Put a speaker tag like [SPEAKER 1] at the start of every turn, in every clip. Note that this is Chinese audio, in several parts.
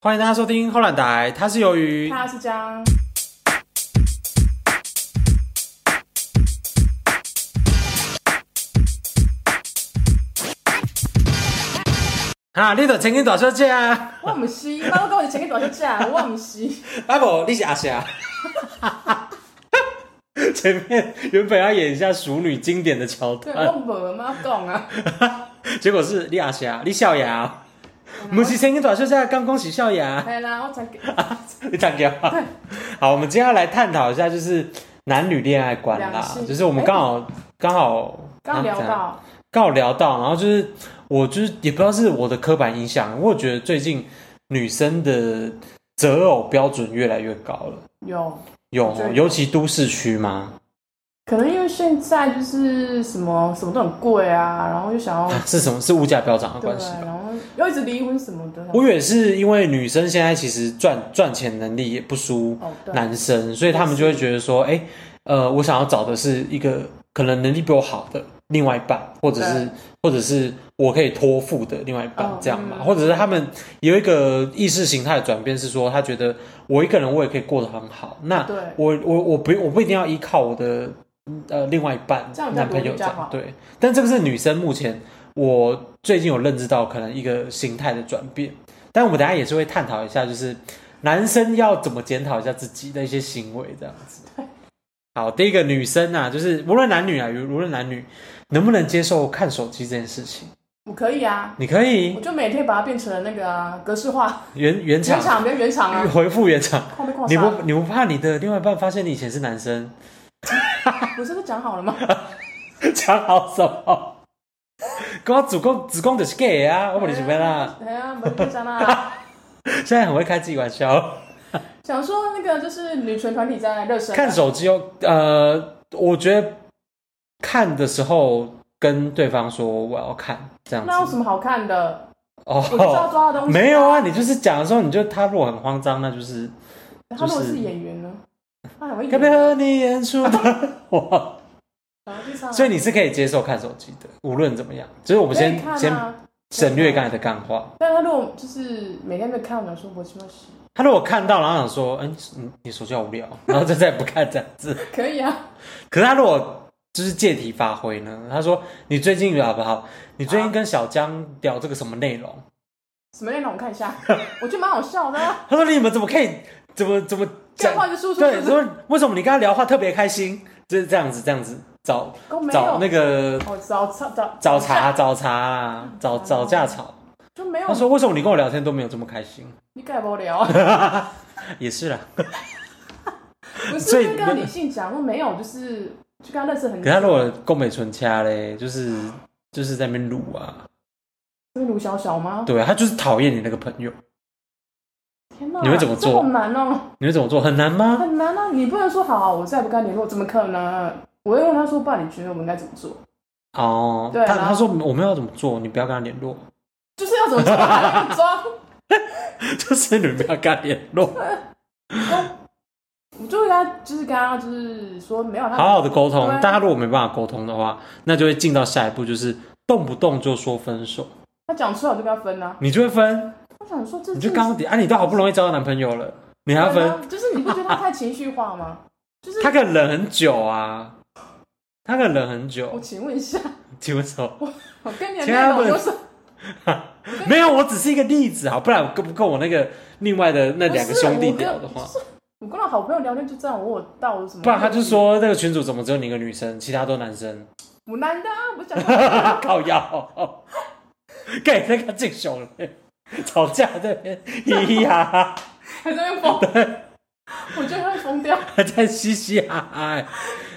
[SPEAKER 1] 欢迎大家收听后懒台，它是由于
[SPEAKER 2] 他是江，
[SPEAKER 1] 哈，你的曾经大小姐 啊，
[SPEAKER 2] 我 唔是，妈我跟我前面短袖架，我唔啊是，
[SPEAKER 1] 阿伯你是阿霞。 前面原本要演一下熟女经典的桥
[SPEAKER 2] 对，
[SPEAKER 1] 段，
[SPEAKER 2] 我无妈讲啊，
[SPEAKER 1] 结果是你阿霞，你笑牙，
[SPEAKER 2] 嗯
[SPEAKER 1] 不是声音短袖下啊刚恭喜笑牙，
[SPEAKER 2] 系哎啦，我才
[SPEAKER 1] 你讲给我。好，我们接下来探讨一下就是男女恋爱观
[SPEAKER 2] 两
[SPEAKER 1] 啦，
[SPEAKER 2] 性
[SPEAKER 1] 就是我们刚好刚好
[SPEAKER 2] 刚聊
[SPEAKER 1] 啊怎样
[SPEAKER 2] 到，
[SPEAKER 1] 刚好聊到，然后就是我就是也不知道是我的刻板印象，我觉得最近女生的择偶标准越来越高了，
[SPEAKER 2] 有，
[SPEAKER 1] 有
[SPEAKER 2] 我觉得
[SPEAKER 1] 哦，
[SPEAKER 2] 有
[SPEAKER 1] 尤其都市区吗？
[SPEAKER 2] 可能因为现在就是什么什么都很贵啊，然后就 想要
[SPEAKER 1] 啊是什么？是物价飙涨的
[SPEAKER 2] 对
[SPEAKER 1] 关系，吧？
[SPEAKER 2] 然后又一直离婚什么的，
[SPEAKER 1] 我也是因为女生现在其实赚赚钱能力也不输
[SPEAKER 2] 哦对，
[SPEAKER 1] 男生，所以他们就会觉得说，哎、呃，我想要找的是一个可能能力比我好的另外一半，或者是
[SPEAKER 2] 对
[SPEAKER 1] 或者是我可以托付的另外一半
[SPEAKER 2] 嗯，
[SPEAKER 1] 这样嘛，
[SPEAKER 2] 嗯
[SPEAKER 1] 或者是他们有一个意识形态的转变，是说他觉得我一个人我也可以过得很好，那
[SPEAKER 2] 对
[SPEAKER 1] 我我我不我不一定要依靠我的呃另外一半
[SPEAKER 2] 这样比较
[SPEAKER 1] 男朋
[SPEAKER 2] 独立
[SPEAKER 1] 友
[SPEAKER 2] 比
[SPEAKER 1] 这
[SPEAKER 2] 较
[SPEAKER 1] 样
[SPEAKER 2] 好
[SPEAKER 1] 对，但这个是女生目前我最近有认知到可能一个心态的转变，但我们等一下也是会探讨一下，就是男生要怎么检讨一下自己的一些行为这样子。好，第一个女生啊，就是无论男女啊，无论男女，能不能接受看手机这件事情？
[SPEAKER 2] 我可以啊，
[SPEAKER 1] 你可以
[SPEAKER 2] 我就每天把它变成那个啊格式化，
[SPEAKER 1] 原原
[SPEAKER 2] 原
[SPEAKER 1] 厂
[SPEAKER 2] 厂变原厂啊，
[SPEAKER 1] 回复原厂，
[SPEAKER 2] 框被框
[SPEAKER 1] 哎你
[SPEAKER 2] 杀
[SPEAKER 1] 不
[SPEAKER 2] 了，
[SPEAKER 1] 你不怕你的另外一半发现你以前是男生？
[SPEAKER 2] 不是都讲好了吗？
[SPEAKER 1] 啊讲好什么？跟我主攻主攻就是 gay 啊，我不是咩啦，
[SPEAKER 2] 哎呀，没变成啦。
[SPEAKER 1] 现在很会开自己玩笑。
[SPEAKER 2] 啊想说那个就是女权团体在热身啊，
[SPEAKER 1] 看手机哦，呃，我觉得看的时候跟对方说我要看这样
[SPEAKER 2] 那有
[SPEAKER 1] 子
[SPEAKER 2] 什么好看的？我就知道
[SPEAKER 1] 哦，
[SPEAKER 2] 抓的东西。
[SPEAKER 1] 没有啊，你就是讲的时候，你就他如果很慌张，那就是
[SPEAKER 2] 他如果
[SPEAKER 1] 就是
[SPEAKER 2] 是演员呢？他很会
[SPEAKER 1] 该
[SPEAKER 2] 演
[SPEAKER 1] 不。和你演出 的我，
[SPEAKER 2] 然后就上来
[SPEAKER 1] 所以你是可以接受看手机的，无论怎么样，就是我
[SPEAKER 2] 我
[SPEAKER 1] 们先、
[SPEAKER 2] 看
[SPEAKER 1] 先
[SPEAKER 2] 啊。
[SPEAKER 1] 省略刚才的干话。
[SPEAKER 2] 但他如果就是每天在看，我想说我去那洗，
[SPEAKER 1] 他如果看到，然后想说，嗯、你你手机好无聊，然后就再也不看这样子。
[SPEAKER 2] 可以啊。
[SPEAKER 1] 可是他如果就是借题发挥呢？他说你最近好不好？你最近跟小江聊这个什么内容？
[SPEAKER 2] 什么内容我看 一下，我觉得蛮好笑的啊。
[SPEAKER 1] 他说你们怎么可以怎么怎么讲？
[SPEAKER 2] 干话就输出，
[SPEAKER 1] 对，说为什么你跟他聊话特别开心？就是这样子，这样子找
[SPEAKER 2] 我没
[SPEAKER 1] 找那
[SPEAKER 2] 有。
[SPEAKER 1] 个
[SPEAKER 2] 哦，找找找
[SPEAKER 1] 找茬找茬啊，找找架吵。
[SPEAKER 2] 就没有
[SPEAKER 1] 他。说为什么你跟我聊天都没有这么开心？
[SPEAKER 2] 你改 不了，
[SPEAKER 1] 也是啦，
[SPEAKER 2] 不
[SPEAKER 1] 所以
[SPEAKER 2] 是那个理性讲，我没有，就是就跟他认识很
[SPEAKER 1] 可
[SPEAKER 2] 久。
[SPEAKER 1] 是他如果宫美纯掐嘞，就是就是在那边撸啊，
[SPEAKER 2] 是卢小小吗？
[SPEAKER 1] 对啊，他就是讨厌你那个朋友，
[SPEAKER 2] 天哪，
[SPEAKER 1] 你会怎么做
[SPEAKER 2] 这好难哦。
[SPEAKER 1] 你会怎么做？很难吗？
[SPEAKER 2] 很难啊！你不能说好，我再也不跟他联络，怎么可能？我会问他说：“爸，你觉得我们应该怎么做
[SPEAKER 1] 哦，
[SPEAKER 2] 对
[SPEAKER 1] 他
[SPEAKER 2] 然后
[SPEAKER 1] 他说我们要怎么做，你不要跟他联络，？”
[SPEAKER 2] 就是要怎么做，还要装。
[SPEAKER 1] 就是你不要跟他联络，
[SPEAKER 2] 啊我就跟他，就是跟他，就是说没有
[SPEAKER 1] 好
[SPEAKER 2] 他，
[SPEAKER 1] 好的沟通
[SPEAKER 2] 对。啊
[SPEAKER 1] 但他如果没办法沟通的话，那就会进到下一步，就是动不动就说分手，
[SPEAKER 2] 他讲出来我就跟他分啊。
[SPEAKER 1] 你就会分，
[SPEAKER 2] 我想说这
[SPEAKER 1] 你就刚底啊，你都好不容易交到男朋友了，你还要分，，
[SPEAKER 2] 啊就是你不觉得他太情绪化吗？就是
[SPEAKER 1] 他可以忍很久啊，他可以忍很
[SPEAKER 2] 我
[SPEAKER 1] 久，
[SPEAKER 2] 请问一下，
[SPEAKER 1] 请问什么？
[SPEAKER 2] 我 跟你的
[SPEAKER 1] 请他
[SPEAKER 2] 内
[SPEAKER 1] 们
[SPEAKER 2] 容就是
[SPEAKER 1] 没有，我只是一个例子，好，啊不然跟不跟我那个另外的那两个
[SPEAKER 2] 不是
[SPEAKER 1] 兄弟
[SPEAKER 2] 我跟
[SPEAKER 1] 聊的话
[SPEAKER 2] 就，是我跟他好朋友聊天就这样，我有到什么？
[SPEAKER 1] 不然他就说那个群主怎么只有你一个女生，其他都男生。
[SPEAKER 2] 我男的啊，我讲过
[SPEAKER 1] 靠腰， 给那个敬雄了，吵架在那边嘻嘻哈哈，
[SPEAKER 2] 还在 那边疯，我觉得他会疯掉。
[SPEAKER 1] 还在嘻嘻哈哈。啊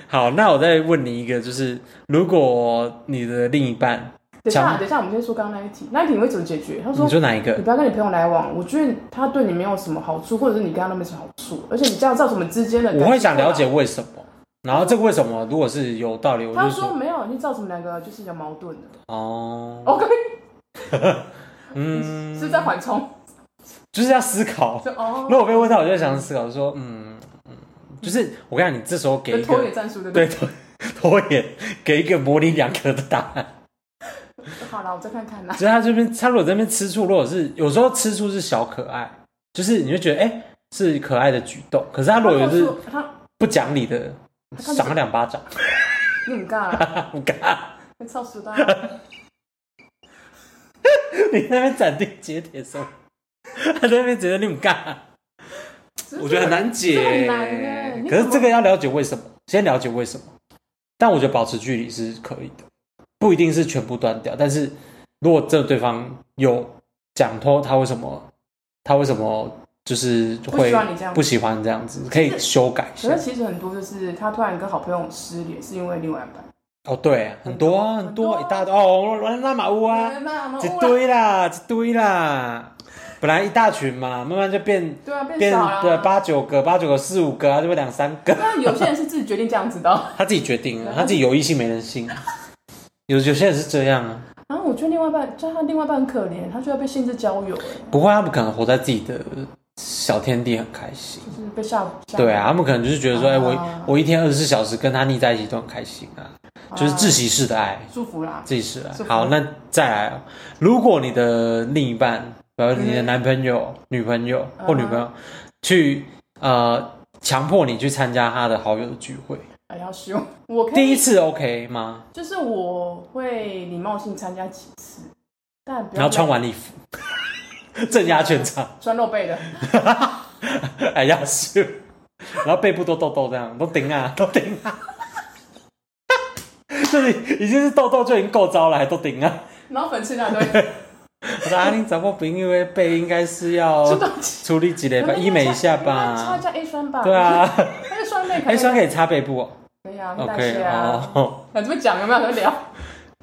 [SPEAKER 1] 好，那我再问你一个，就是如果你的另一半，
[SPEAKER 2] 等一
[SPEAKER 1] 讲
[SPEAKER 2] 下，等一下，我们先说刚刚那一题，那一题你会怎么解决？他说
[SPEAKER 1] 你说哪一
[SPEAKER 2] 你
[SPEAKER 1] 个？
[SPEAKER 2] 不要跟你朋友来往，我觉得他对你没有什么好处，或者是你跟他都没什么好处，而且你这样造成我们之间的感情
[SPEAKER 1] 我会想了解。为什么。然后这个为什么，如果是有道理，我
[SPEAKER 2] 他
[SPEAKER 1] 就
[SPEAKER 2] 说
[SPEAKER 1] 说
[SPEAKER 2] 没有，你造成我们两个就是有矛盾的。
[SPEAKER 1] 哦，
[SPEAKER 2] OK，
[SPEAKER 1] 嗯，
[SPEAKER 2] 是在缓冲。
[SPEAKER 1] 就是要思考。
[SPEAKER 2] 就 哦，
[SPEAKER 1] 如果被问到，我就 会想思考说，嗯嗯，就是我跟你讲，你这时候给
[SPEAKER 2] 有
[SPEAKER 1] 一
[SPEAKER 2] 拖
[SPEAKER 1] 个嗯
[SPEAKER 2] 延战术对不
[SPEAKER 1] 对拖拖延，给一个嗯模棱两可的答案。
[SPEAKER 2] 好啦，我再看看啦。
[SPEAKER 1] 所以他这边，他如果在那边吃醋，如果是有时候吃醋是小可爱，就是你会觉得哎、是可爱的举动，可是他如果有是
[SPEAKER 2] 他
[SPEAKER 1] 不讲理的，
[SPEAKER 2] 他就是
[SPEAKER 1] 赏他两巴掌，
[SPEAKER 2] 你很尬啦，
[SPEAKER 1] 很尬。
[SPEAKER 2] 你超时代，
[SPEAKER 1] 你在那边斩钉截铁什么？ 他在那边觉得你很尬， 我觉得很难解
[SPEAKER 2] 这很难欸你怎么
[SPEAKER 1] 可是这个要了解为什么，先了解为什么。但我觉得保持距离是可以的，不一定是全部断掉。但是如果这对方有讲透他为什么，他为什么就是
[SPEAKER 2] 不
[SPEAKER 1] 会
[SPEAKER 2] 喜欢你这样
[SPEAKER 1] 不。喜欢这样子，可以修改一
[SPEAKER 2] 可
[SPEAKER 1] 下
[SPEAKER 2] 是。其实很多就是他突然跟好朋友失联，是因为另外一半。
[SPEAKER 1] 哦，对，很多啊，很
[SPEAKER 2] 很
[SPEAKER 1] 多
[SPEAKER 2] 多
[SPEAKER 1] 啊一大堆哦，乱乱马乌啊，
[SPEAKER 2] 啊
[SPEAKER 1] 一堆啦，一堆啦。本来一大群嘛，慢慢就变
[SPEAKER 2] 对啊，变
[SPEAKER 1] 变
[SPEAKER 2] 少了。
[SPEAKER 1] 对八九个，八九个四五个啊，就会两三个。
[SPEAKER 2] 但有些人是自己决定这样子的哦。
[SPEAKER 1] 他自己决定了，
[SPEAKER 2] 对
[SPEAKER 1] 他自己有异性没人性。有有些人是这样啊，
[SPEAKER 2] 然后我觉得另外一半，就他另外一半很可怜，他就要被限制交友，哎，
[SPEAKER 1] 不会，他们可能活在自己的小天地，很开心。
[SPEAKER 2] 就是被吓唬。吓唬
[SPEAKER 1] 对啊，，他们可能就是觉得说，哎、
[SPEAKER 2] 啊
[SPEAKER 1] 我我一天二十四小时跟他腻在一起都很开心啊，就是窒息式的爱，
[SPEAKER 2] 哦祝福啦。
[SPEAKER 1] 窒息式的
[SPEAKER 2] 是
[SPEAKER 1] 爱。好，那再来、哦，如果你的另一半，比如你的男朋友、
[SPEAKER 2] 嗯
[SPEAKER 1] 女朋友或女朋友，去呃强迫你去参加他的好友的聚会，
[SPEAKER 2] 哎呀，希望我可
[SPEAKER 1] 第一
[SPEAKER 2] 以，
[SPEAKER 1] 次 OK 吗？
[SPEAKER 2] 就是我会礼貌性参加几次，但不要
[SPEAKER 1] 然后穿晚礼服， 镇压全场。
[SPEAKER 2] 穿露背的，
[SPEAKER 1] 哎呀是，然后背部都痘痘这样，都顶啊，都顶啊， 就是已经是痘痘就已经够糟了，还都顶啊。
[SPEAKER 2] 然后粉刺一大 堆，
[SPEAKER 1] 我说阿啊玲找过朋友的背应该是要
[SPEAKER 2] 知道。
[SPEAKER 1] 处理几类吧，医美一下吧。
[SPEAKER 2] 擦一下 A 酸吧。
[SPEAKER 1] 对，啊，
[SPEAKER 2] 他就酸类可以。
[SPEAKER 1] 哎，酸可以擦背部哦。
[SPEAKER 2] 可以啊，可以代
[SPEAKER 1] OK
[SPEAKER 2] 谢啊。
[SPEAKER 1] 哦，
[SPEAKER 2] 那这么讲有没有得聊？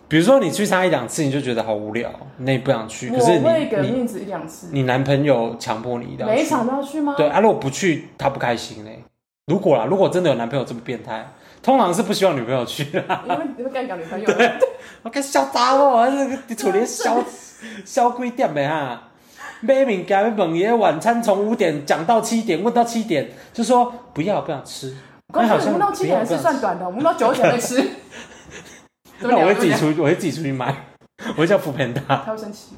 [SPEAKER 1] 比如说你去擦一两次，你就觉得好无聊，那你不想去。可是
[SPEAKER 2] 我会
[SPEAKER 1] 你
[SPEAKER 2] 给
[SPEAKER 1] 你
[SPEAKER 2] 面子一两次，
[SPEAKER 1] 你男朋友强迫你一定要
[SPEAKER 2] 每一
[SPEAKER 1] 去。
[SPEAKER 2] 场都要去吗？
[SPEAKER 1] 对，啊，如果不去，他不开心嘞。如果啦，如果真的有男朋友这么变态，通常是不希望女朋友去啦。
[SPEAKER 2] 因为你会干掉女朋友。
[SPEAKER 1] 啊我看小查某，这个你厝里小
[SPEAKER 2] 啊
[SPEAKER 1] 小几点的哈？买物件要问伊晚餐从五点讲到七点，问到七点就说不要不想吃。
[SPEAKER 2] 我告
[SPEAKER 1] 那好
[SPEAKER 2] 诉你，
[SPEAKER 1] 像
[SPEAKER 2] 我们到七
[SPEAKER 1] 不要
[SPEAKER 2] 点是算短的，我们到九点再吃。
[SPEAKER 1] 那
[SPEAKER 2] 怎么聊
[SPEAKER 1] 我会自己，
[SPEAKER 2] 怎么
[SPEAKER 1] 出，我会自己出去买，我会叫福平
[SPEAKER 2] 聊
[SPEAKER 1] 达。
[SPEAKER 2] 他会生气。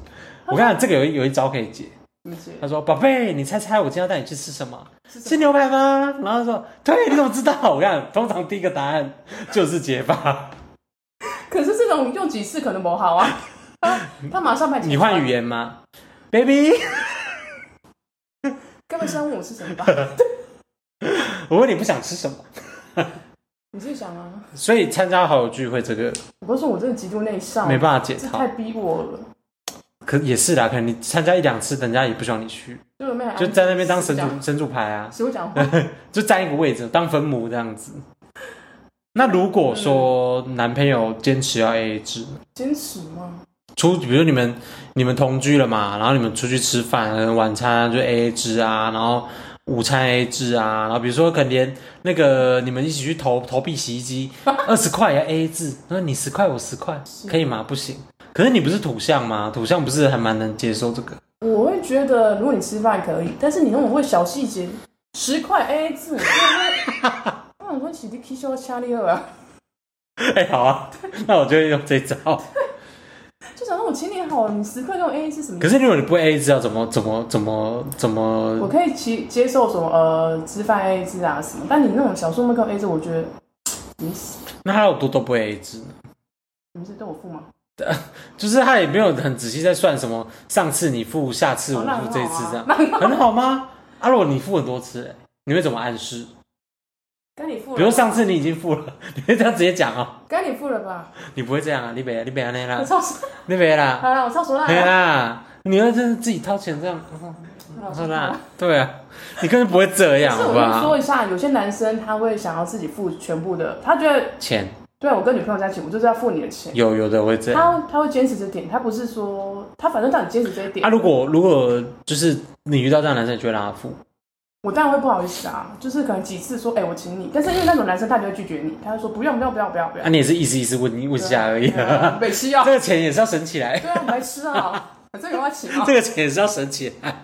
[SPEAKER 1] 我跟你讲，这个有一有一招可以解。
[SPEAKER 2] 怎么解？
[SPEAKER 1] 他说：“宝贝，你猜猜我今天要带你去吃什么？
[SPEAKER 2] 是什
[SPEAKER 1] 吃
[SPEAKER 2] 么
[SPEAKER 1] 牛排吗？”然后他说：“对，你怎么知道？”我跟你讲，通常第一个答案就是结巴。
[SPEAKER 2] 可是这种用几次可能不 好啊。啊他马上拍。
[SPEAKER 1] 你换语，言吗，baby？
[SPEAKER 2] 该不会是要问我是什么吧？
[SPEAKER 1] 我问你不想吃什么，
[SPEAKER 2] 你自己想啊。
[SPEAKER 1] 所以参加好友聚会这个
[SPEAKER 2] 我告诉我，真的极度内向，
[SPEAKER 1] 没办法解
[SPEAKER 2] 这
[SPEAKER 1] 套
[SPEAKER 2] 太。逼我了。
[SPEAKER 1] 可也是啦，可能你参加一两次，人家也不希望你去，
[SPEAKER 2] 就没有
[SPEAKER 1] 就在那边当神
[SPEAKER 2] 谁
[SPEAKER 1] 主
[SPEAKER 2] 讲
[SPEAKER 1] 神主牌啊，
[SPEAKER 2] 谁会讲话？
[SPEAKER 1] 就占一个位置当分母这样子。那如果说男朋友坚持要 AA 制，
[SPEAKER 2] 坚持吗？
[SPEAKER 1] 出比如你们你们同居了嘛，然后你们出去吃饭，可能晚餐就 AA 制啊，然后午餐 AA 制啊，然后比如说可能连那个你们一起去投投币洗衣机，二十块也要 AA 制，那你十块我十块，可以吗？不行。可是你不是土象吗？土象不是还蛮能接受这个？
[SPEAKER 2] 我会觉得，如果你吃饭可以，但是你那种会小细节，十块 A A 制，我会我想说起立 K 修掐你二啊，
[SPEAKER 1] 哎、好啊，那我就会用这招。
[SPEAKER 2] 就想说我请你好，你十块跟我 A A 制什么意
[SPEAKER 1] 可
[SPEAKER 2] 思？
[SPEAKER 1] 是如果你不 A 制，要怎么怎么怎么怎
[SPEAKER 2] 我
[SPEAKER 1] 么？
[SPEAKER 2] 可以接接受什么呃吃饭 A A 制啊什么，但你那种小数目跟我 A A 制，我觉得你是
[SPEAKER 1] 那他有多都不 A 制呢？
[SPEAKER 2] 你是对我付吗？
[SPEAKER 1] 就是他也没有很仔细在算什么，上次你付，下次我
[SPEAKER 2] 哦那很
[SPEAKER 1] 付，这一次这样
[SPEAKER 2] 好，啊， 那
[SPEAKER 1] 很好吗？啊，如果你付很多次、欸，你会怎么暗示？
[SPEAKER 2] 该你付了吧，
[SPEAKER 1] 比如上次你已经付了， 你会这样直接讲哦、
[SPEAKER 2] 该你付了吧？
[SPEAKER 1] 你不会这样啊，你哎别你别那
[SPEAKER 2] 我
[SPEAKER 1] 啦，
[SPEAKER 2] 操，好
[SPEAKER 1] 你别 啦，
[SPEAKER 2] 了，我操熟了，
[SPEAKER 1] 对啦，你会真的自己掏钱这 样，
[SPEAKER 2] 好啦
[SPEAKER 1] 好啦，对啊，你根本不会这样，
[SPEAKER 2] 但是
[SPEAKER 1] 好
[SPEAKER 2] 我
[SPEAKER 1] 不
[SPEAKER 2] 就
[SPEAKER 1] 好
[SPEAKER 2] 说？一下，有些男生他会想要自己付全部的，他觉得
[SPEAKER 1] 钱
[SPEAKER 2] 对啊我跟女朋友在一起，我就是要付你的钱。
[SPEAKER 1] 有有的会这样。
[SPEAKER 2] 他他会坚持这点，他不是说他反正让你坚持这一 点，
[SPEAKER 1] 啊，如果如果就是你遇到这样的男生，你就会让他付。
[SPEAKER 2] 我当然会不好意思啊，就是可能几次说哎、我请你，但是因为那种男生他就会拒绝你，他就说不用不用不要不要不要
[SPEAKER 1] 啊，，你也是意思意思问你问一下而已、啊。
[SPEAKER 2] 嗯北西啊
[SPEAKER 1] 这，个钱也是要省起来，
[SPEAKER 2] 对啊白痴啊，反正有要请啊，
[SPEAKER 1] 这个钱也是要省起来。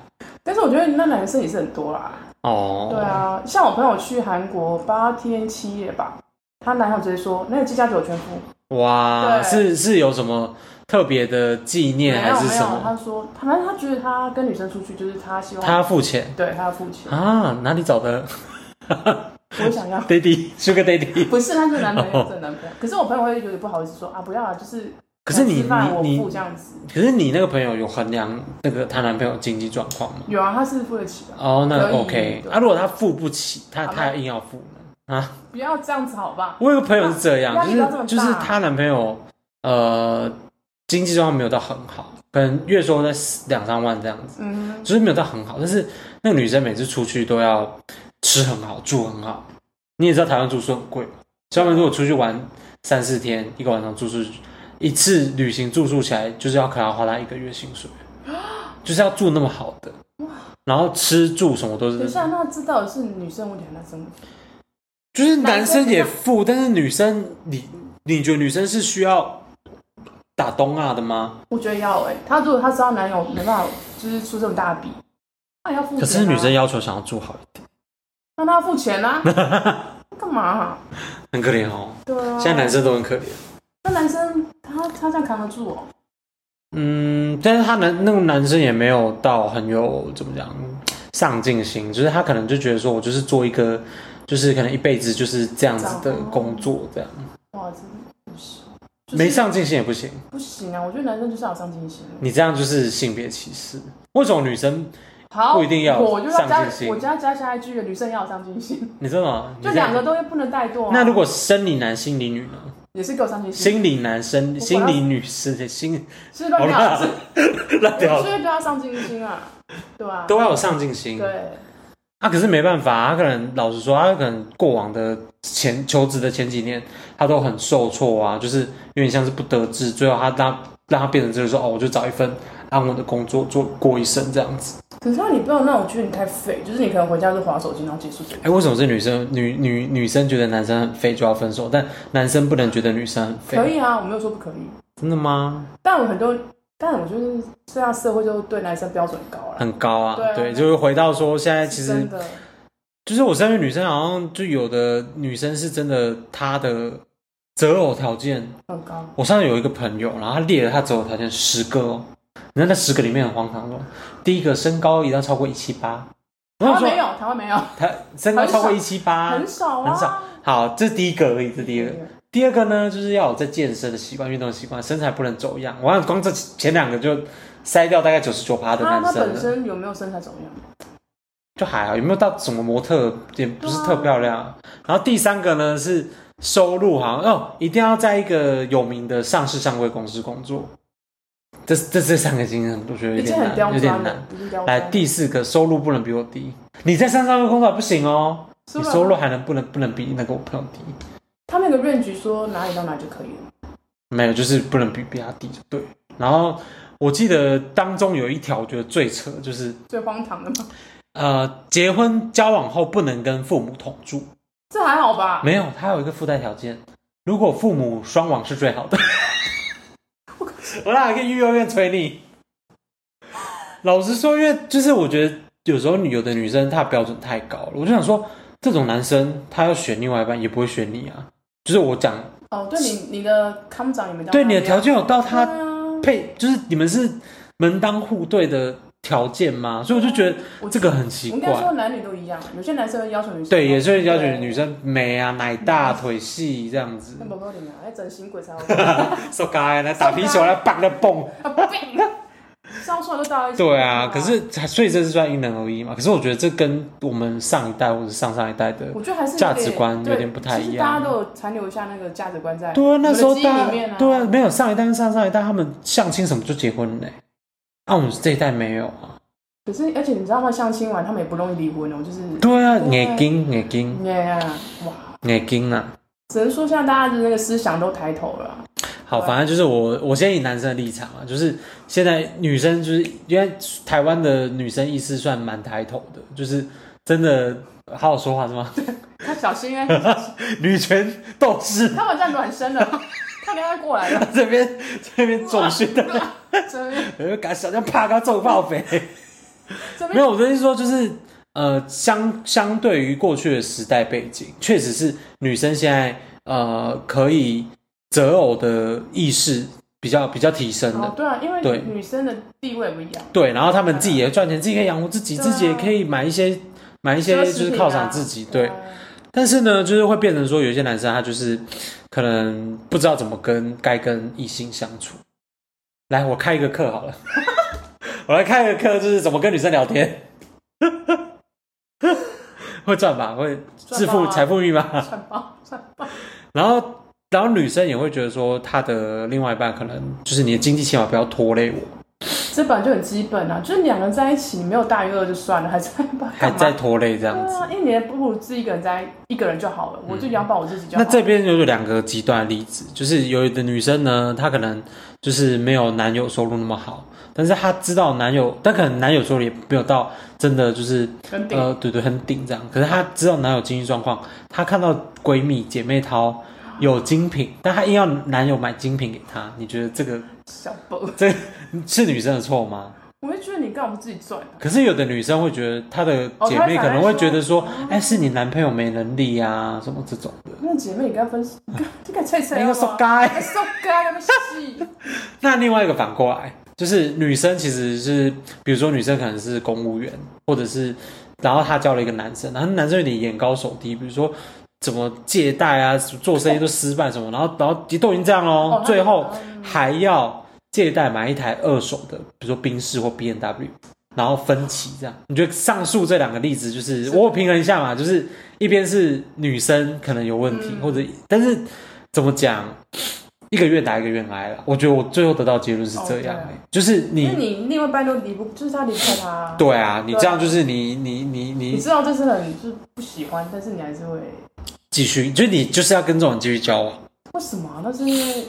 [SPEAKER 2] 但是我觉得那男生也是很多啦，
[SPEAKER 1] 哦，
[SPEAKER 2] 对啊，像我朋友去韩国八天七夜吧，她男朋友直接说那个机加酒全付，
[SPEAKER 1] 哇，
[SPEAKER 2] 对
[SPEAKER 1] 是是有什么特别的纪念
[SPEAKER 2] 没有
[SPEAKER 1] 还是
[SPEAKER 2] 没
[SPEAKER 1] 什
[SPEAKER 2] 有，
[SPEAKER 1] 么？
[SPEAKER 2] 他说，反正他觉得他跟女生出去，就是他希望
[SPEAKER 1] 他付钱
[SPEAKER 2] 对他要付钱，
[SPEAKER 1] 啊？哪里找的
[SPEAKER 2] 我想要
[SPEAKER 1] daddy sugar daddy？
[SPEAKER 2] 不是他是男朋友，这 男朋友。可是我朋友会有点不好意思说啊，不要啊，就是
[SPEAKER 1] 可是你
[SPEAKER 2] 想吃饭我
[SPEAKER 1] 你
[SPEAKER 2] 付
[SPEAKER 1] 你，
[SPEAKER 2] 这样子。
[SPEAKER 1] 可是你那个朋友有衡量那个她男朋友经济状况吗？
[SPEAKER 2] 有啊，他是付得起的，
[SPEAKER 1] 哦，那
[SPEAKER 2] 可以
[SPEAKER 1] OK。
[SPEAKER 2] 对啊
[SPEAKER 1] 啊，如果他付不起，他
[SPEAKER 2] 好吧
[SPEAKER 1] 他硬要付呢？啊，
[SPEAKER 2] 不要这样子好吧？
[SPEAKER 1] 我有个朋友是这
[SPEAKER 2] 压
[SPEAKER 1] 样，
[SPEAKER 2] 力不要这么
[SPEAKER 1] 就
[SPEAKER 2] 大
[SPEAKER 1] 是就是她男朋友呃经济状况没有到很好，可能月收入在两三万这样子，
[SPEAKER 2] 嗯，
[SPEAKER 1] 就是没有到很好。但是那个女生每次出去都要吃很好，住很好。你也知道台湾住宿很贵嘛，所以他们如果出去玩三四天，一个晚上住宿一次旅行住宿起来，就是要可能要花她一个月薪水，就是要住那么好的，然后吃住什么都是
[SPEAKER 2] 等一下，啊那这到底是女生问题还是男生问题？
[SPEAKER 1] 就是男生也付，但是女生，你你觉得女生是需要打东亚的吗？
[SPEAKER 2] 我觉得要哎、欸，她如果她知道男友没办法，就是出这么大笔，那也要付钱、啊。
[SPEAKER 1] 可是女生，要求想要住好一点，
[SPEAKER 2] 那她要付 钱啊？干嘛啊、
[SPEAKER 1] 很可怜哦。
[SPEAKER 2] 对啊，
[SPEAKER 1] 现在男，生都很可怜。
[SPEAKER 2] 那男生他他这样扛得住哦、
[SPEAKER 1] 嗯，但是他男那个男生也没有到很有怎么讲上进心，就是他可能就觉得说我就是做一个，就是可能一辈子就是这样子的工作，这样
[SPEAKER 2] 哇，真的不行，嗯就是
[SPEAKER 1] 没上进心也不行。
[SPEAKER 2] 不行啊！我觉得男生就是要有上进心。
[SPEAKER 1] 你这样就是性别歧视。为什么女生？
[SPEAKER 2] 好，
[SPEAKER 1] 不一定要有
[SPEAKER 2] 我就要加
[SPEAKER 1] 上进，心
[SPEAKER 2] 我就要加下一句，女生要有上进心，
[SPEAKER 1] 你知道吗？
[SPEAKER 2] 就
[SPEAKER 1] 你这样
[SPEAKER 2] 两个。都不能怠惰、啊。嗯
[SPEAKER 1] 那如果生理男、心理女呢？
[SPEAKER 2] 也是给我上进心，
[SPEAKER 1] 心理男生、
[SPEAKER 2] 要
[SPEAKER 1] 心理女士的 心，
[SPEAKER 2] 是乱
[SPEAKER 1] 好
[SPEAKER 2] 掉，
[SPEAKER 1] 啦
[SPEAKER 2] 是
[SPEAKER 1] 乱掉
[SPEAKER 2] 所
[SPEAKER 1] 了，
[SPEAKER 2] 以都要上进心啊，对啊，
[SPEAKER 1] 都要有上进心。
[SPEAKER 2] 对，
[SPEAKER 1] 他、啊可是没办法，他可能老实说，他可能过往的前求职的前几年，他都很受挫啊，就是有点像是不得志。最后他让让他变成就是说，哦，我就找一份安稳的工作做过一生这样子。
[SPEAKER 2] 可是你不要那我觉得你太废，就是你可能回家就划手机，然后结束这个。
[SPEAKER 1] 哎，为什么是女生女女女生觉得男生很废就要分手，但男生不能觉得女生很
[SPEAKER 2] 可
[SPEAKER 1] 废？
[SPEAKER 2] 以啊，我没有说不可以，
[SPEAKER 1] 真的吗？
[SPEAKER 2] 但我很多，但我觉得现在社会就对男生标准很高了，
[SPEAKER 1] 很高啊，
[SPEAKER 2] 对啊
[SPEAKER 1] 对，就是回到说现在其
[SPEAKER 2] 是
[SPEAKER 1] 实
[SPEAKER 2] 真的，
[SPEAKER 1] 就是我身边女生好像就有的女生是真的，她的择偶条件，
[SPEAKER 2] 很高。
[SPEAKER 1] 我上次有一个朋友，然后她列了她择偶条件十个哦，然后那十个里面很荒唐哦，第一个身高一定要超过一七八，我
[SPEAKER 2] 台
[SPEAKER 1] 想
[SPEAKER 2] 湾
[SPEAKER 1] 说
[SPEAKER 2] 哦没有，台湾没有，
[SPEAKER 1] 她身高超过一七八
[SPEAKER 2] 很，少啊，
[SPEAKER 1] 很少。好，这是第一个而已，这是第一个。
[SPEAKER 2] 对
[SPEAKER 1] 第二个呢，就是要有在健身的习惯、运动的习惯，身材不能走样。我想光这前两个就筛掉大概九十九趴的
[SPEAKER 2] 他
[SPEAKER 1] 男
[SPEAKER 2] 他
[SPEAKER 1] 生啊
[SPEAKER 2] 本
[SPEAKER 1] 了，
[SPEAKER 2] 身有没有身材怎么样？
[SPEAKER 1] 就还好，有没有到什么模特也不是特漂亮。然后第三个呢是收入，好像哦，一定要在一个有名的上市上柜公司工作。这这这三个已经很我觉得有
[SPEAKER 2] 已
[SPEAKER 1] 点
[SPEAKER 2] 经很
[SPEAKER 1] 难，
[SPEAKER 2] 刁
[SPEAKER 1] 有点
[SPEAKER 2] 钻
[SPEAKER 1] 难哎
[SPEAKER 2] 了。，已经刁
[SPEAKER 1] 来
[SPEAKER 2] 钻。
[SPEAKER 1] 第四个，收入不能比我低。你在上市上柜工作还不行哦，
[SPEAKER 2] 是
[SPEAKER 1] 你
[SPEAKER 2] 吧
[SPEAKER 1] 收入还能不能不能比那个我朋友低？
[SPEAKER 2] 他那个 range 说哪里到哪里就可以了。
[SPEAKER 1] 没有，就是不能比比他低就对。然后我记得当中有一条我觉得最扯，就是
[SPEAKER 2] 最荒唐的吗？
[SPEAKER 1] 呃，结婚交往后不能跟父母同住。
[SPEAKER 2] 这还好吧？
[SPEAKER 1] 没有，它有一个附带条件，如果父母双亡是最好的。我哪可以育幼院催你？老实说，因为就是我觉得有时候有的女生她的标准太高了，我就想说，这种男生他要选另外一半也不会选你啊。就是我讲，
[SPEAKER 2] 哦，对你你的康长也没到
[SPEAKER 1] 对你的条
[SPEAKER 2] 件，
[SPEAKER 1] 件有到他
[SPEAKER 2] 对啊
[SPEAKER 1] 配，就是你们是门当户对的条件吗？所以我就觉得
[SPEAKER 2] 嗯我
[SPEAKER 1] 这个很奇
[SPEAKER 2] 我应该
[SPEAKER 1] 怪。
[SPEAKER 2] 说男女都一样，有些男生会要求女生
[SPEAKER 1] 对，也是会要求
[SPEAKER 2] 对嗯
[SPEAKER 1] 女生美啊、奶大、腿细这样子
[SPEAKER 2] 那，宝宝领啊，要整形鬼才好看，
[SPEAKER 1] 手嘎来打皮球来棒来蹦。
[SPEAKER 2] 烧出来都大一起。
[SPEAKER 1] 对啊，可是所以这是算因人而异嘛。可是我觉得这跟我们上一代或者上上一代的，
[SPEAKER 2] 我觉得还是有
[SPEAKER 1] 价
[SPEAKER 2] 点
[SPEAKER 1] 值观有
[SPEAKER 2] 对
[SPEAKER 1] 点不太
[SPEAKER 2] 其实
[SPEAKER 1] 一样啊
[SPEAKER 2] 大家都有残留一下那个价值观在。
[SPEAKER 1] 对啊，那时候
[SPEAKER 2] 我们的基因
[SPEAKER 1] 大
[SPEAKER 2] 里面啊
[SPEAKER 1] 对啊，没有上一代跟上上一代他们相亲什么就结婚了、欸，啊，我们这一代没有啊。
[SPEAKER 2] 可是而且你知道吗？相亲完他们也不容易离婚哦，就是
[SPEAKER 1] 对啊，
[SPEAKER 2] 对
[SPEAKER 1] 眼睛眼睛
[SPEAKER 2] 耶哇，
[SPEAKER 1] 眼睛啊。
[SPEAKER 2] 只能说现在大家的那个思想都抬头了 啊。
[SPEAKER 1] 好，反正就是我，我先以男生的立场啊，就是现在女生就是因为台湾的女生意识算蛮抬头的，就是真的好好说话是吗？
[SPEAKER 2] 他小心哎，他
[SPEAKER 1] 女权斗士
[SPEAKER 2] 们在暖身了， 他等下过来了，
[SPEAKER 1] 这边这边重训的，
[SPEAKER 2] 这边
[SPEAKER 1] 有没有敢小将啪，他重爆肥？
[SPEAKER 2] 这边
[SPEAKER 1] 没有，我跟你说，就是呃，相相对于过去的时代背景，确实是女生现在呃可以择偶的意识比较比较提升的
[SPEAKER 2] 哦，。对啊，因
[SPEAKER 1] 对
[SPEAKER 2] 为女生的地位不一样，
[SPEAKER 1] 对，然后他们自己也赚钱，自己可以养活自己，
[SPEAKER 2] 啊对啊
[SPEAKER 1] 自己也可以买一些买一些
[SPEAKER 2] 奢
[SPEAKER 1] 就
[SPEAKER 2] 侈品啊
[SPEAKER 1] 是犒赏自己。对
[SPEAKER 2] 啊，
[SPEAKER 1] 但是呢，就是会变成说，有一些男生他就是可能不知道怎么跟该跟异性相处。来，我开一个课好了， 我来开一个课，就是怎么跟女生聊天， 会赚吧？会致
[SPEAKER 2] 赚啊
[SPEAKER 1] 富
[SPEAKER 2] 吧
[SPEAKER 1] 财富密码。
[SPEAKER 2] 算吧算吧，
[SPEAKER 1] 然后，然后女生也会觉得说，她的另外一半可能就是你的经济起码不要拖累我，
[SPEAKER 2] 这本来就很基本啊，就是两个人在一起，你没有大于二就算了，还在吧，
[SPEAKER 1] 还在拖累这
[SPEAKER 2] 干
[SPEAKER 1] 样
[SPEAKER 2] 嘛
[SPEAKER 1] 子。嗯
[SPEAKER 2] 对啊，一年不如自己一个人在一个人就好了，我就养饱我自己就好
[SPEAKER 1] 那
[SPEAKER 2] 了。
[SPEAKER 1] 这边就有两个极端的例子，就是有的女生呢，她可能就是没有男友收入那么好，但是她知道男友，但可能男友收入也没有到真的就是
[SPEAKER 2] 跟顶
[SPEAKER 1] 呃，对对，很顶这样。可是她知道男友经济状况，她看到闺蜜姐妹淘有精品，但她硬要男友买精品给她，你觉得这个
[SPEAKER 2] 小宝，
[SPEAKER 1] 是女生的错吗？
[SPEAKER 2] 我会觉得你干嘛不自己赚啊？
[SPEAKER 1] 可是有的女生会觉得，哦她的姐妹可能会觉得说，哎、是你男朋友没能力啊，什么这种的。
[SPEAKER 2] 那姐妹，你跟她分手，你跟你敢拆
[SPEAKER 1] 哎
[SPEAKER 2] 拆
[SPEAKER 1] 呦，
[SPEAKER 2] 吗
[SPEAKER 1] 说？该。
[SPEAKER 2] 还受该那么细，
[SPEAKER 1] 那另外一个反过来，就是女生其实是，比如说女生可能是公务员，或者是，然后她交了一个男生，然后男生有点眼高手低，比如说怎么借贷啊，做生意都失败什么，然后然后都已经这样喽，
[SPEAKER 2] 哦那
[SPEAKER 1] 最后
[SPEAKER 2] 嗯
[SPEAKER 1] 还要借贷买一台二手的，比如说宾士或 B N W，然后分期这样。你觉得上述这两个例子，就是
[SPEAKER 2] 是
[SPEAKER 1] 我有平衡一下嘛，就是一边是女生可能有问题，
[SPEAKER 2] 嗯
[SPEAKER 1] 或者但是怎么讲，一个愿打一个愿挨了。我觉得我最后得到结论是这样、欸，
[SPEAKER 2] 哦
[SPEAKER 1] 就是
[SPEAKER 2] 因
[SPEAKER 1] 你
[SPEAKER 2] 为你另外一半都离不，就是他离不开他、啊。
[SPEAKER 1] 对啊，你
[SPEAKER 2] 对啊
[SPEAKER 1] 这样就是你你你
[SPEAKER 2] 你
[SPEAKER 1] 你
[SPEAKER 2] 知道这是很就是不喜欢，但是你还是会
[SPEAKER 1] 继续，就是你就是要跟这种人继续交往，
[SPEAKER 2] 为什么啊、那是因为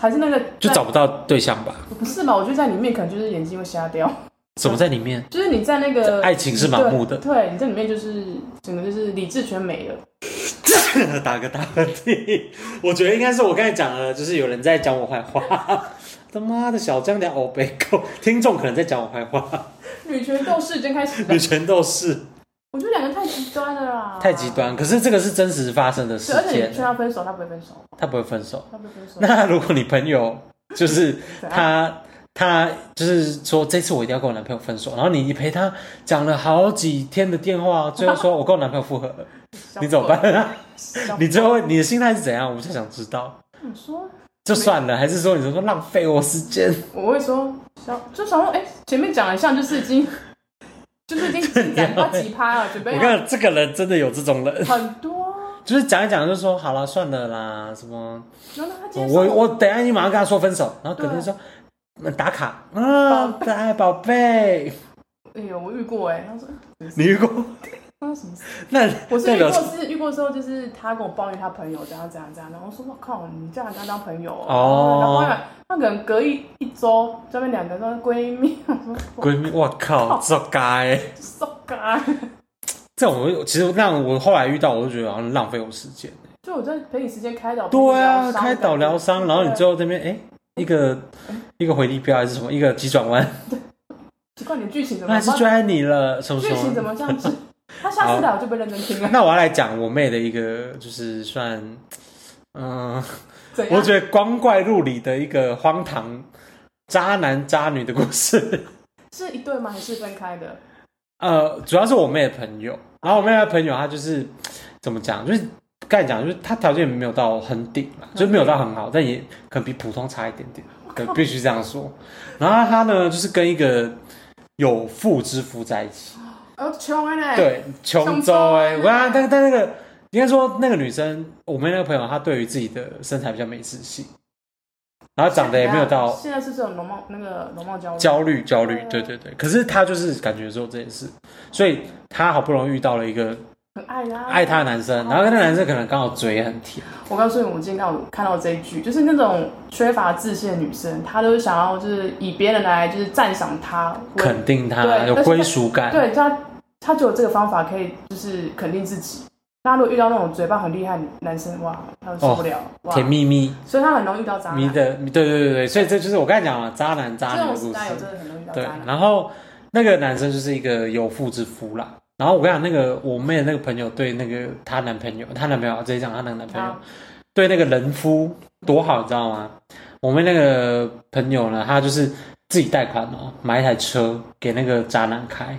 [SPEAKER 2] 还是那个
[SPEAKER 1] 就
[SPEAKER 2] 在
[SPEAKER 1] 找不到对象吧？
[SPEAKER 2] 不是嘛？我觉得在里面可能就是眼睛会瞎掉，
[SPEAKER 1] 怎么在里面？
[SPEAKER 2] 就是你在那个
[SPEAKER 1] 爱情是盲目的，
[SPEAKER 2] 对对你在里面就是整个就是理智全没了。
[SPEAKER 1] 打个大喷嚏。我觉得应该是我刚才讲的，就是有人在讲我坏话。 他妈的小将俩欧北狗，听众可能在讲我坏 话，
[SPEAKER 2] 女权斗士已经开始了
[SPEAKER 1] 女，权斗士
[SPEAKER 2] 我觉得两个太极端了啦，
[SPEAKER 1] 太极。端。可是这个是真实发生的事
[SPEAKER 2] 对，而且
[SPEAKER 1] 件
[SPEAKER 2] 你劝，他分手，他不会分手，
[SPEAKER 1] 他不会分手。
[SPEAKER 2] 他不会分手。
[SPEAKER 1] 那如果你朋友就是
[SPEAKER 2] 怎样
[SPEAKER 1] 他他就是说这次我一定要跟我男朋友分手，然后你你陪他讲了好几天的电 话，最后说我跟我男朋友复合了，你怎么办？
[SPEAKER 2] 小
[SPEAKER 1] 你最后你的心态是怎样？我就想知道。
[SPEAKER 2] 你说，
[SPEAKER 1] 就算了，还是说你说浪费我时间？
[SPEAKER 2] 我会说小，就想说，哎、前面讲了像就是已经， 就是已经进展到几趴了，准备
[SPEAKER 1] 我
[SPEAKER 2] 要
[SPEAKER 1] 看这个人真的有这种人，
[SPEAKER 2] 很多啊。
[SPEAKER 1] 就是讲一讲就说好了算了啦，什么
[SPEAKER 2] 然后他今天
[SPEAKER 1] 我我等一下你马上跟他说分手，然后隔天
[SPEAKER 2] 对
[SPEAKER 1] 说嗯打卡啊，大宝贝，
[SPEAKER 2] 哎呦，我遇过哎、他说
[SPEAKER 1] 你遇过？
[SPEAKER 2] 他什么事？
[SPEAKER 1] 那
[SPEAKER 2] 我是
[SPEAKER 1] 代
[SPEAKER 2] 遇
[SPEAKER 1] 表
[SPEAKER 2] 过是遇过之后，就是他跟我抱怨他朋友怎样怎样怎样，然后我说我靠，你这样跟他当朋友哦、
[SPEAKER 1] 哦
[SPEAKER 2] 然后抱怨，他可能隔一一周，专门两个都是闺蜜，我说我
[SPEAKER 1] 闺蜜，我靠，这该
[SPEAKER 2] 受该。
[SPEAKER 1] 这种我其实让我后来遇到，我就觉得好像浪费我时间。
[SPEAKER 2] 就我在陪你时间开导，
[SPEAKER 1] 对啊，
[SPEAKER 2] 陪你疗伤
[SPEAKER 1] 开导哦疗伤，然后你
[SPEAKER 2] 对
[SPEAKER 1] 最后这边哎一个一个回力镖还是什么，一个急转弯，
[SPEAKER 2] 奇怪，你的剧情怎
[SPEAKER 1] 那
[SPEAKER 2] 么
[SPEAKER 1] 还是追爱你了，什么什
[SPEAKER 2] 剧情
[SPEAKER 1] 么
[SPEAKER 2] 怎。么这样子？ 他下次来我就不会认真听了。
[SPEAKER 1] 那我要来讲我妹的一个，就是算，嗯、
[SPEAKER 2] 怎
[SPEAKER 1] 我
[SPEAKER 2] 样？
[SPEAKER 1] 觉得光怪陆离的一个荒唐渣男渣女的故事。
[SPEAKER 2] 是一对吗？还是分开的？
[SPEAKER 1] 呃，主要是我妹的朋友，然后我妹的朋友她就是怎么讲，就是刚才讲，就是她条件没有到很顶嘛，就是没有到很好，但也可能比普通差一点点，对，必须这样说。然后她呢，就是跟一个有妇之夫在一起，
[SPEAKER 2] 哦，穷哎、欸！，
[SPEAKER 1] 对，琼
[SPEAKER 2] 琼
[SPEAKER 1] 州
[SPEAKER 2] 州
[SPEAKER 1] 哎、欸，我
[SPEAKER 2] 啊
[SPEAKER 1] 刚但但那个应该说那个女生，我们那个朋友，她对于自己的身材比较没自信，然后长得也没有到
[SPEAKER 2] 啊现在是这种容貌那个容貌焦虑。
[SPEAKER 1] 焦虑焦虑，对对对。可是她就是感觉做这件事，所以她好不容易遇到了一个
[SPEAKER 2] 很爱他、
[SPEAKER 1] 爱她的男生，然后那个男生可能刚好嘴也很甜，
[SPEAKER 2] 我告诉你，我今天刚好看到这一句，就是那种缺乏自信的女生，她都是想要就是以别人来就是赞赏她，为
[SPEAKER 1] 肯定她
[SPEAKER 2] 对
[SPEAKER 1] 有
[SPEAKER 2] 但是
[SPEAKER 1] 归属感，
[SPEAKER 2] 对她，她只有这个方法可以就是肯定自己。大家如果遇到那种嘴巴很厉害的男生，哇，她就受不了，哇，
[SPEAKER 1] 哦甜蜜蜜
[SPEAKER 2] 所以她很容易遇到渣男。
[SPEAKER 1] 迷的，对对对对。所以这就是我刚才讲了渣男渣
[SPEAKER 2] 这
[SPEAKER 1] 女的
[SPEAKER 2] 种
[SPEAKER 1] 故
[SPEAKER 2] 时代
[SPEAKER 1] 事
[SPEAKER 2] 有。真的很容易遇到
[SPEAKER 1] 对
[SPEAKER 2] 渣，男。
[SPEAKER 1] 然后那个男生就是一个有妇之夫啦。然后我跟你讲，那个我妹的那个朋友对那个她男朋友，她男朋友啊直接讲她那个男朋友
[SPEAKER 2] 啊
[SPEAKER 1] 对那个人夫多好，你知道吗？我们那个朋友呢，他就是自己贷款哦，买一台车给那个渣男开。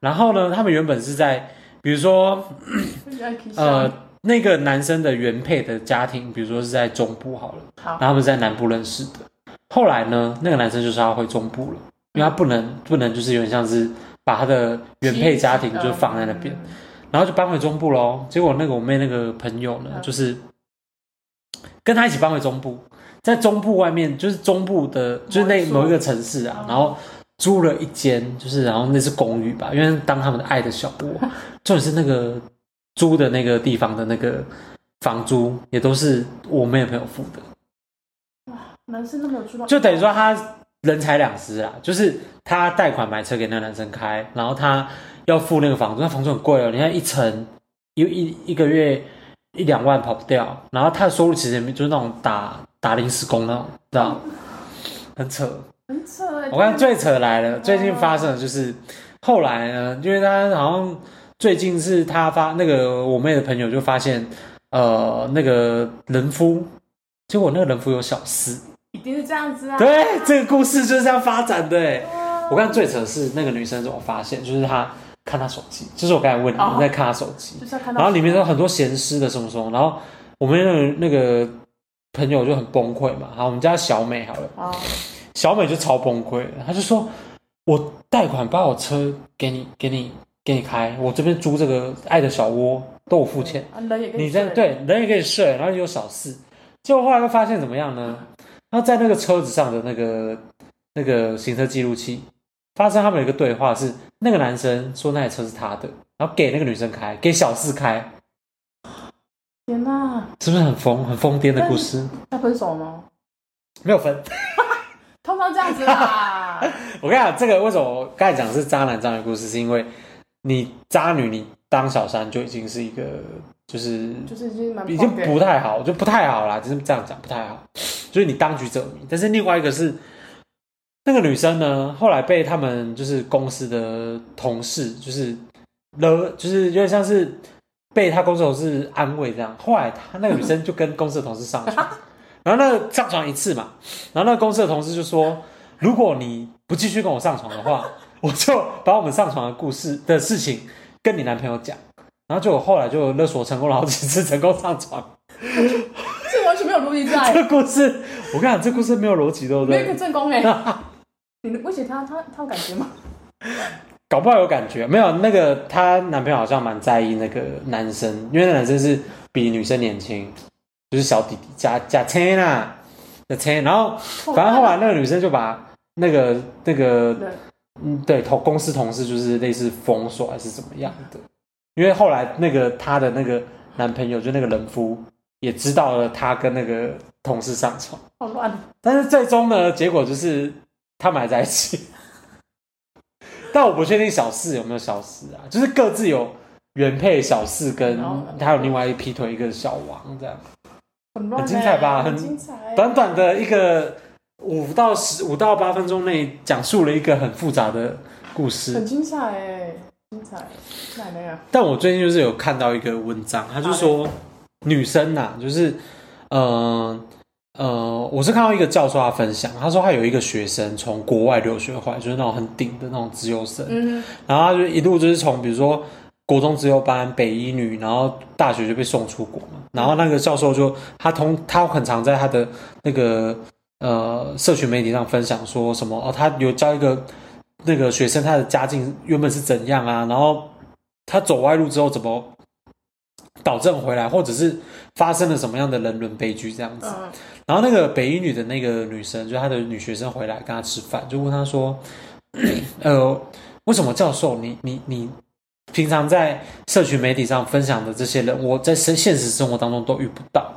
[SPEAKER 1] 然后呢，他们原本是在，比如说
[SPEAKER 2] 就是啊爱起笑
[SPEAKER 1] 呃，那个男生的原配的家庭，比如说是在中部好了，
[SPEAKER 2] 好
[SPEAKER 1] 然后他们是在南部认识的。后来呢，那个男生就说他回中部了，因为他不能不能就是有点像是把他的原配家庭就放在那边，
[SPEAKER 2] 嗯
[SPEAKER 1] 然后就搬回中部喽。结果那个我妹那个朋友呢，
[SPEAKER 2] 嗯
[SPEAKER 1] 就是跟他一起搬回中部，在中部外面，就是中部的，就是那
[SPEAKER 2] 某一处
[SPEAKER 1] 某一个城市啊
[SPEAKER 2] 嗯，
[SPEAKER 1] 然后租了一间，就是然后那是公寓吧，因为当他们的爱的小窝，重点是那个租的那个地方的那个房租也都是我妹的朋友付的，
[SPEAKER 2] 男生都没有出到，
[SPEAKER 1] 就等于说他人财两失啦，就是他贷款买车给那个男生开，然后他要付那个房租，那房租很贵哦，你看一层一一一个月一两万跑不掉，然后他的收入其实也没就是那种打打临时工那种，知道吗？很扯。
[SPEAKER 2] 很扯欸。
[SPEAKER 1] 我看最扯来了，最近发生的就是后来呢，因为他好像最近是他发那个我妹的朋友就发现，呃，那个人夫，结果那个人夫有小四，
[SPEAKER 2] 一定是这样子啊。
[SPEAKER 1] 对，这个故事就是这样发展的欸。
[SPEAKER 2] 哇
[SPEAKER 1] 我刚最扯的是那个女生怎么发现，就是她看她手机，就是我刚才问你，
[SPEAKER 2] 哦
[SPEAKER 1] 你在看她手机，
[SPEAKER 2] 就是要看到，
[SPEAKER 1] 然后里面有很多闲诗的什么什么，然后我们那个那个朋友就很崩溃嘛。好，我们叫她小美好了，
[SPEAKER 2] 啊，
[SPEAKER 1] 小美就超崩溃了，她就说：“我贷款把我车给你，给你，给你开，我这边租这个爱的小窝都我付钱。”
[SPEAKER 2] 啊，人也跟
[SPEAKER 1] 你在
[SPEAKER 2] 睡，
[SPEAKER 1] 对人也可以睡，然后你有小事，结果后来又发现怎么样呢？然后在那个车子上的那个那个行车记录器，发生他们有一个对话是，那个男生说那台车是他的，然后给那个女生开，给小四开，
[SPEAKER 2] 天哪，
[SPEAKER 1] 是不是很疯很疯癫的故事？
[SPEAKER 2] 要分手吗？
[SPEAKER 1] 没有分。
[SPEAKER 2] 通常这样子啦，
[SPEAKER 1] 我跟你讲，这个为什么我刚才讲是渣男渣女故事，是因为你渣女你当小三就已经是一个就是
[SPEAKER 2] 就是已经蛮
[SPEAKER 1] 已经
[SPEAKER 2] 疯癫
[SPEAKER 1] 不太好，就不太好啦，就是这样讲不太好，就是你当局者迷。但是另外一个是，那个女生呢，后来被他们就是公司的同事，就是了，就是有点像是被她公司同事安慰这样。后来她那个女生就跟公司的同事上床，然后那个上床一次嘛，然后那个公司的同事就说，如果你不继续跟我上床的话， 我就把我们上床的故事的事情跟你男朋友讲。然后就后来就勒索成功了好几次，成功上床。
[SPEAKER 2] 这完全没有逻辑 在，
[SPEAKER 1] 这故事，我跟你讲，这故事没有逻辑，对不
[SPEAKER 2] 没有一
[SPEAKER 1] 对
[SPEAKER 2] 个？正宫哎。你威胁他，他他有感觉吗？
[SPEAKER 1] 搞不好有感觉，没有那个她男朋友好像蛮在意那个男生，因为那男生是比女生年轻，就是小弟弟假假车啦，假车。然后反正后来那个女生就把那个那个
[SPEAKER 2] 对
[SPEAKER 1] 嗯，对，同公司同事就是类似封锁还是怎么样的，因为后来那个她的那个男朋友就那个人夫也知道了她跟那个同事上床，
[SPEAKER 2] 好乱，
[SPEAKER 1] 但是最终呢，结果就是他们还在一起。 但我不确定小四有没有小四啊，就是各自有原配小四跟
[SPEAKER 2] 然后
[SPEAKER 1] 还有另外一劈腿一个小王这样，
[SPEAKER 2] 很乱欸，
[SPEAKER 1] 很精彩吧
[SPEAKER 2] 很
[SPEAKER 1] 很
[SPEAKER 2] 精彩欸。
[SPEAKER 1] 短短的一个五到十五到八分钟内讲述了一个很复杂的故事，
[SPEAKER 2] 很精彩哎，精彩，奶奶啊！
[SPEAKER 1] 但我最近就是有看到一个文章，他就说女生呐、就是呃呃，我是看到一个教授他分享，他说他有一个学生从国外留学回来，就是那种很顶的那种资优生，
[SPEAKER 2] 嗯，
[SPEAKER 1] 然后他就一路就是从比如说国中资优班、北一女，然后大学就被送出国嘛，然后那个教授就他通他很常在他的那个呃社群媒体上分享说什么哦，他有教一个那个学生他的家境原本是怎样啊，然后他走歪路之后怎么导正回来，或者是发生了什么样的人伦悲剧这样子。
[SPEAKER 2] 嗯
[SPEAKER 1] 然后那个北一女的那个女生，就她的女学生回来跟她吃饭，就问她说：“ 呃，为什么教授你你你平常在社群媒体上分享的这些人，我在生现实生活当中都遇不到？”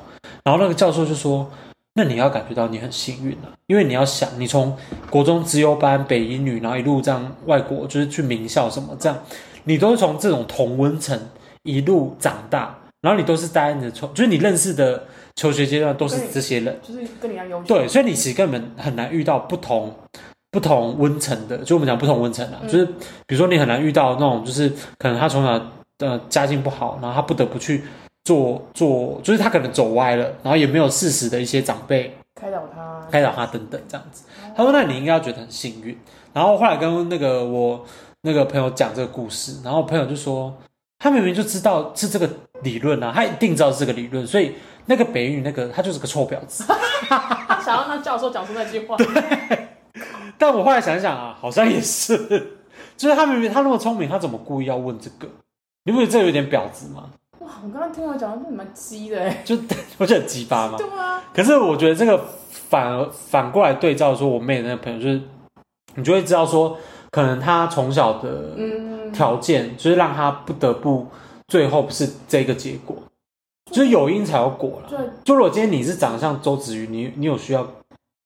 [SPEAKER 1] 然后那个教授就说：“那你要感觉到你很幸运啊，因为你要想，你从国中资优班、北一女，然后一路这样外国，就是去名校什么这样，你都是从这种同温层一路长大，然后你都是待在你的从，就是你认识的求学阶段都是
[SPEAKER 2] 对
[SPEAKER 1] 这些人。”
[SPEAKER 2] 就是跟你一样优秀。
[SPEAKER 1] 对，所以你其实根本很难遇到不同不同温层的，就我们讲不同温层啊，就是比如说你很难遇到那种就是可能他从小呃家境不好，然后他不得不去做做，就是他可能走歪了，然后也没有适时的一些长辈
[SPEAKER 2] 开导他，
[SPEAKER 1] 开导他等等这样子。他说：“那你应该要觉得很幸运。”然后后来跟那个我那个朋友讲这个故事，然后我朋友就说：“他明明就知道是这个理论啊，他一定知道是这个理论，所以那个北语那个他就是个臭婊子。
[SPEAKER 2] 他想要让教授讲出那句话，”
[SPEAKER 1] 但我后来想想啊，好像也是，就是他明明他那么聪明，他怎么故意要问这个？你不觉得这有点婊子吗？
[SPEAKER 2] 哇！我刚刚听我讲，那你蛮鸡的哎，
[SPEAKER 1] 就 我觉得很鸡巴吗？
[SPEAKER 2] 对啊，
[SPEAKER 1] 可是我觉得这个反而反过来对照说，我妹的那个朋友，就是你就会知道说，可能她从小的
[SPEAKER 2] 嗯，
[SPEAKER 1] 条件，就是让她不得不最后是这个结果，就是有因才有果
[SPEAKER 2] 就
[SPEAKER 1] 啦。就如果今天你是长得像周子瑜，你你有需要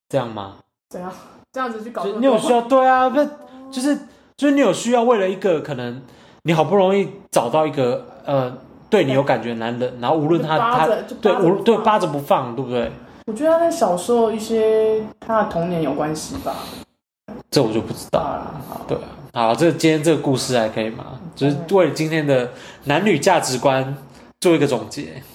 [SPEAKER 1] 这样吗？
[SPEAKER 2] 怎样这样子去搞
[SPEAKER 1] 就
[SPEAKER 2] 这
[SPEAKER 1] 是
[SPEAKER 2] 个
[SPEAKER 1] 你有需要对啊，不是就是就是你有需要为了一个可能你好不容易找到一个呃对你有感觉的男人，然后无论他
[SPEAKER 2] 就扒
[SPEAKER 1] 他
[SPEAKER 2] 着就
[SPEAKER 1] 对
[SPEAKER 2] 扒着
[SPEAKER 1] 无
[SPEAKER 2] 不
[SPEAKER 1] 对
[SPEAKER 2] 放
[SPEAKER 1] 扒着不放，对不对？
[SPEAKER 2] 我觉得他在小时候一些他的童年有关系吧。
[SPEAKER 1] 这我就不知道了。
[SPEAKER 2] 啊，好
[SPEAKER 1] 对啊，好，这今天这个故事还可以吗？就是为了今天的男女价值观做一个总结。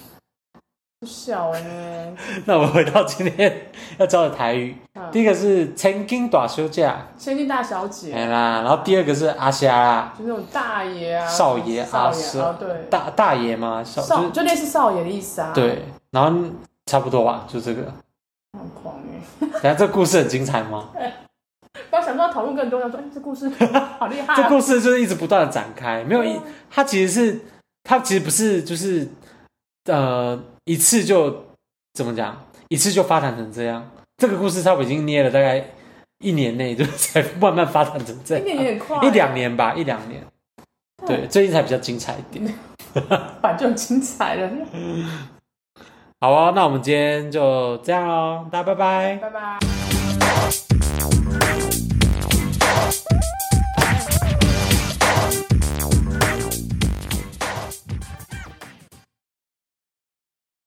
[SPEAKER 2] 不小欸呢。
[SPEAKER 1] 那我们回到今天要教的台语，
[SPEAKER 2] 嗯
[SPEAKER 1] 第一个是曾经短休假，
[SPEAKER 2] 千金大小
[SPEAKER 1] 哎
[SPEAKER 2] 姐，
[SPEAKER 1] 啦，然后第二个是阿霞啦，
[SPEAKER 2] 就那种大爷啊，
[SPEAKER 1] 少爷
[SPEAKER 2] 少
[SPEAKER 1] 阿
[SPEAKER 2] 爷
[SPEAKER 1] 舍
[SPEAKER 2] 啊，对，
[SPEAKER 1] 大大爷嘛，小就
[SPEAKER 2] 少
[SPEAKER 1] 是
[SPEAKER 2] 就类似少爷的意思啊。，
[SPEAKER 1] 对，然后差不多吧，就这个。
[SPEAKER 2] 很狂哎。
[SPEAKER 1] 等下这故事很精彩吗？
[SPEAKER 2] 刚想说要讨论更多，想说哎，这故事好厉害
[SPEAKER 1] 这
[SPEAKER 2] 啊。
[SPEAKER 1] 故事就是一直不断的展开，没有一，它其实是它其实不是就是呃一次就怎么讲，一次就发展成这样。这个故事差不多已经捏了大概一年内，就是 才慢慢发展成这
[SPEAKER 2] 一点
[SPEAKER 1] 样，
[SPEAKER 2] 点快，
[SPEAKER 1] 一两年吧，一两年。对，最近才比较精彩一点。
[SPEAKER 2] 版就很精彩了。
[SPEAKER 1] 好啊，那我们今天就这样哦，大家拜拜。
[SPEAKER 2] 拜拜。